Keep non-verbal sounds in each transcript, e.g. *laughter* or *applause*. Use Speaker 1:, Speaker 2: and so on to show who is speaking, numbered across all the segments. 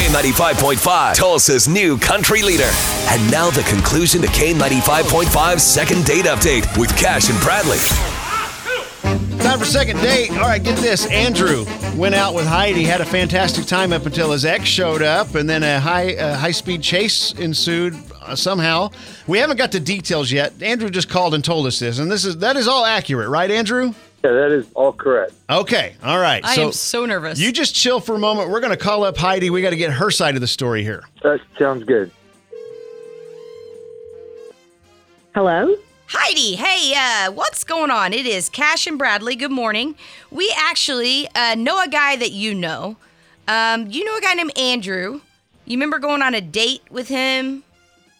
Speaker 1: K95.5, Tulsa's new country leader. And now the conclusion to K95.5's second date update with Cash and Bradley.
Speaker 2: Time for second date. All right, get this. Andrew went out with Heidi, had a fantastic time up until his ex showed up, and then a high uh, high speed chase ensued uh, somehow. We haven't got the details yet. Andrew just called and told us this, and this is that is all accurate, right, Andrew?
Speaker 3: Yeah, that is all correct.
Speaker 2: Okay. All right.
Speaker 4: I
Speaker 2: so
Speaker 4: am so nervous.
Speaker 2: you just chill for a moment. We're going to call up Heidi. We got to get her side of the story here.
Speaker 3: That sounds good.
Speaker 5: Hello?
Speaker 4: Heidi, hey, uh, what's going on? It is Cash and Bradley. Good morning. We actually uh, know a guy that you know. Um, you know a guy named Andrew. You remember going on a date with him?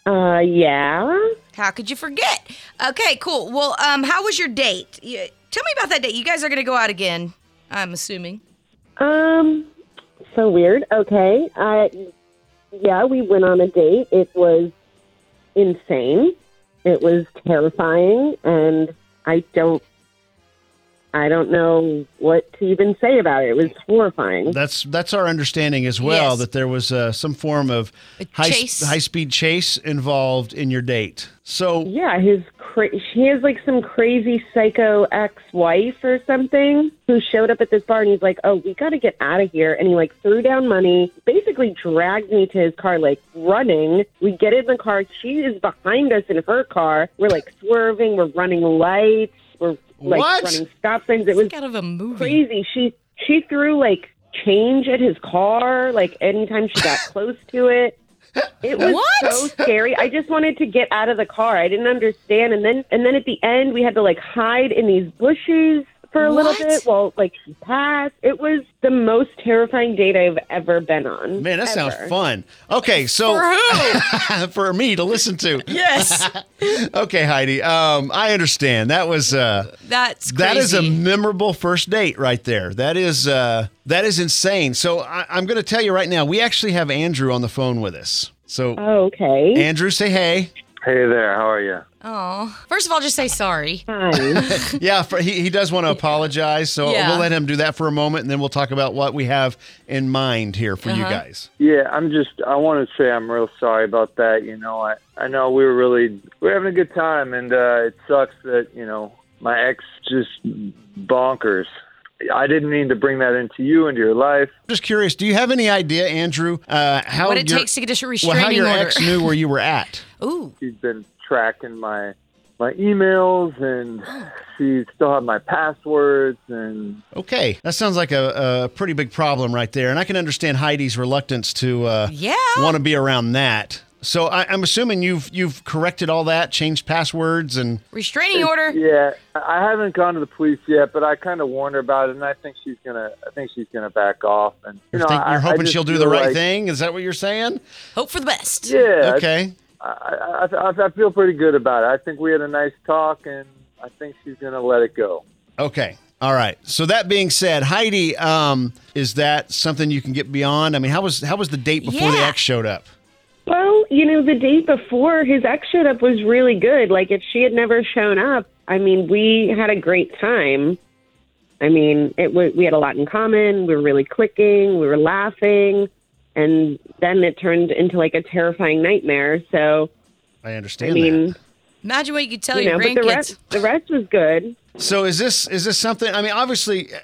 Speaker 5: Uh, yeah.
Speaker 4: How could you forget? Okay, cool. Well, um, how was your date? You, tell me about that date. You guys are going to go out again, I'm assuming.
Speaker 5: Um, so weird. Okay. Uh, yeah, we went on a date. It was insane. It was terrifying, and I don't, I don't know what to even say about it. It was horrifying.
Speaker 2: That's that's our understanding as well
Speaker 4: Yes.
Speaker 2: that there was uh, some form of
Speaker 4: A
Speaker 2: high
Speaker 4: chase.
Speaker 2: high speed chase involved in your date. So
Speaker 5: Yeah, his cra- she has like some crazy psycho ex-wife or something who showed up at this bar and he's like, "Oh, we got to get out of here." And he like threw down money, basically dragged me to his car like running. We get in the car, she is behind us in her car. We're like swerving, we're running lights, we're like
Speaker 2: What?
Speaker 5: running stop signs. It was
Speaker 4: Out of a movie.
Speaker 5: crazy. She she threw like change at his car, like anytime she
Speaker 4: *laughs*
Speaker 5: got close to it. It was
Speaker 4: What?
Speaker 5: so scary. I just wanted to get out of the car. I didn't understand. And then and then at the end we had to like hide in these bushes for a little
Speaker 4: What?
Speaker 5: bit while like she passed. It was the most terrifying date I've ever been on.
Speaker 2: man, that sounds
Speaker 5: Ever.
Speaker 2: fun. Okay, so
Speaker 4: For who?
Speaker 2: *laughs* for me to listen
Speaker 4: *laughs*
Speaker 2: to.
Speaker 4: yes.
Speaker 2: Okay, Heidi. Um, I understand. That was uh,
Speaker 4: That's crazy.
Speaker 2: that is a memorable first date right there. That is uh, that is insane. So I, I'm going to tell you right now. We actually have Andrew on the phone with us. So
Speaker 4: Uh-huh.
Speaker 5: Oh, okay.
Speaker 2: Andrew, say
Speaker 4: *laughs*
Speaker 2: hey.
Speaker 3: Hey there, how are you?
Speaker 4: Aw. First of all, just say sorry.
Speaker 2: Oh,
Speaker 5: Hi.
Speaker 2: Yeah, for, he, he does want to apologize. So
Speaker 4: Yeah.
Speaker 2: we'll let him do that for a moment, and then we'll talk about what we have in mind here for
Speaker 4: Uh-huh.
Speaker 2: you guys.
Speaker 3: Yeah, I'm just. I want to say I'm real sorry about that. You know, I I know we were really we were having a good time, and uh, it sucks that you know my ex just bonkers. I didn't mean to bring that into you into your life.
Speaker 2: I'm just curious. Do you have any idea, Andrew, uh, how
Speaker 4: What it
Speaker 2: your-
Speaker 4: takes to get a
Speaker 2: well,
Speaker 4: restraining
Speaker 2: how your
Speaker 4: order.
Speaker 2: ex knew where you were at?
Speaker 4: Ooh.
Speaker 3: She's been tracking my my emails, *gasps* and she still had my passwords, and
Speaker 2: Okay, that sounds like a, a pretty big problem right there, and I can understand Heidi's reluctance to uh,
Speaker 4: Yeah.
Speaker 2: want to be around that. So I, I'm assuming you've you've corrected all that, changed passwords, and
Speaker 4: Restraining order.
Speaker 3: yeah, I I haven't gone to the police yet, but I kind of warned her about it, and I think she's gonna. I think she's gonna back off. And you
Speaker 2: you're,
Speaker 3: know,
Speaker 2: think-
Speaker 3: I-
Speaker 2: you're
Speaker 3: I
Speaker 2: hoping
Speaker 3: just
Speaker 2: she'll do
Speaker 3: feel
Speaker 2: the right
Speaker 3: like-
Speaker 2: thing. Is that what you're saying?
Speaker 4: Hope for the best.
Speaker 3: Yeah. I
Speaker 2: Okay.
Speaker 3: I, I, I- I feel pretty good about it. I think we had a nice talk, and I think she's going to let it go.
Speaker 2: Okay. All right. So that being said, Heidi, um, is that something you can get beyond? I mean, how was how was the date before the
Speaker 4: Yeah.
Speaker 2: ex showed up?
Speaker 5: Well, you know, the date before his ex showed up was really good. Like, if she had never shown up, I mean, we had a great time. I mean, it w- we had a lot in common. We were really clicking. We were laughing, and then it turned into like a terrifying nightmare. So,
Speaker 2: I
Speaker 5: I
Speaker 2: understand.
Speaker 5: mean,
Speaker 4: Imagine what you could tell
Speaker 5: you know,
Speaker 4: your
Speaker 5: but the
Speaker 4: grandkids.
Speaker 5: rest the rest was good.
Speaker 2: that. So is this is this something? I mean, obviously, uh,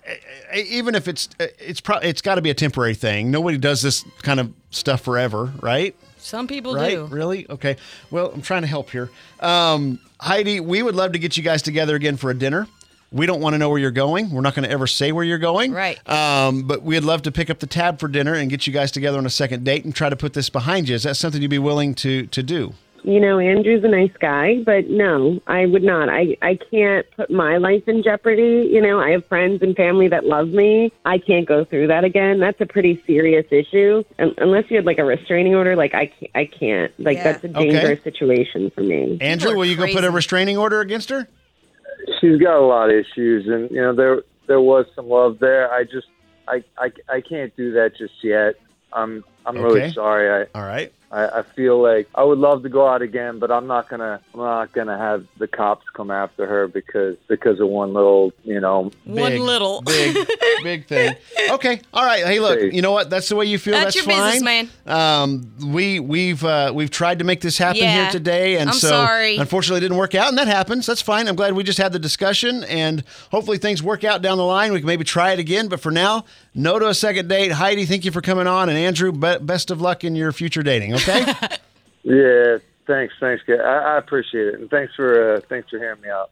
Speaker 2: uh, even if it's uh, it's pro- it's got to be a temporary thing. Nobody does this kind of stuff forever, right?
Speaker 4: Some people
Speaker 2: right?
Speaker 4: do.
Speaker 2: Really? Okay. Well, I'm trying to help here. Um, Heidi, we would love to get you guys together again for a dinner. We don't want to know where you're going. We're not going to ever say where you're going.
Speaker 4: Right.
Speaker 2: Um, but we'd love to pick up the tab for dinner and get you guys together on a second date and try to put this behind you. Is that something you'd be willing to to do?
Speaker 5: You know, Andrew's a nice guy, but no, I would not. I I can't put my life in jeopardy. You know, I have friends and family that love me. I can't go through that again. That's a pretty serious issue. Un unless you had like a restraining order, like I can't, I can't. Like
Speaker 4: Yeah.
Speaker 5: that's a
Speaker 2: Okay.
Speaker 5: dangerous situation for me.
Speaker 2: Andrew,
Speaker 4: are
Speaker 2: will you go put a
Speaker 4: crazy.
Speaker 2: restraining order against her?
Speaker 3: She's got a lot of issues, and you know there there was some love there. I just I I, I can't do that just yet. I'm I'm really
Speaker 2: Okay.
Speaker 3: sorry. I,
Speaker 2: All right.
Speaker 3: I I feel like I would love to go out again, but I'm not gonna I'm not gonna have the cops come after her because because of one little you know
Speaker 2: One
Speaker 4: little. *laughs*
Speaker 2: big, big thing. Okay, all right. Hey, look,
Speaker 3: Hey.
Speaker 2: you know what? That's the way you feel.
Speaker 4: That's
Speaker 2: That's,
Speaker 4: your business,
Speaker 2: fine.
Speaker 4: man.
Speaker 2: Um, we we've uh, we've tried to make this happen
Speaker 4: Yeah.
Speaker 2: here today, and
Speaker 4: I'm
Speaker 2: so
Speaker 4: sorry.
Speaker 2: unfortunately, it didn't work out, and that happens. That's fine. I'm glad we just had the discussion, and hopefully things work out down the line. We can maybe try it again, but for now, no to a second date. Heidi, thank you for coming on, and Andrew, be- best of luck in your future dating.
Speaker 4: *laughs*
Speaker 2: Okay.
Speaker 3: yeah. Thanks, thanks. guy. I, I appreciate it, and thanks for uh, thanks for hearing me out.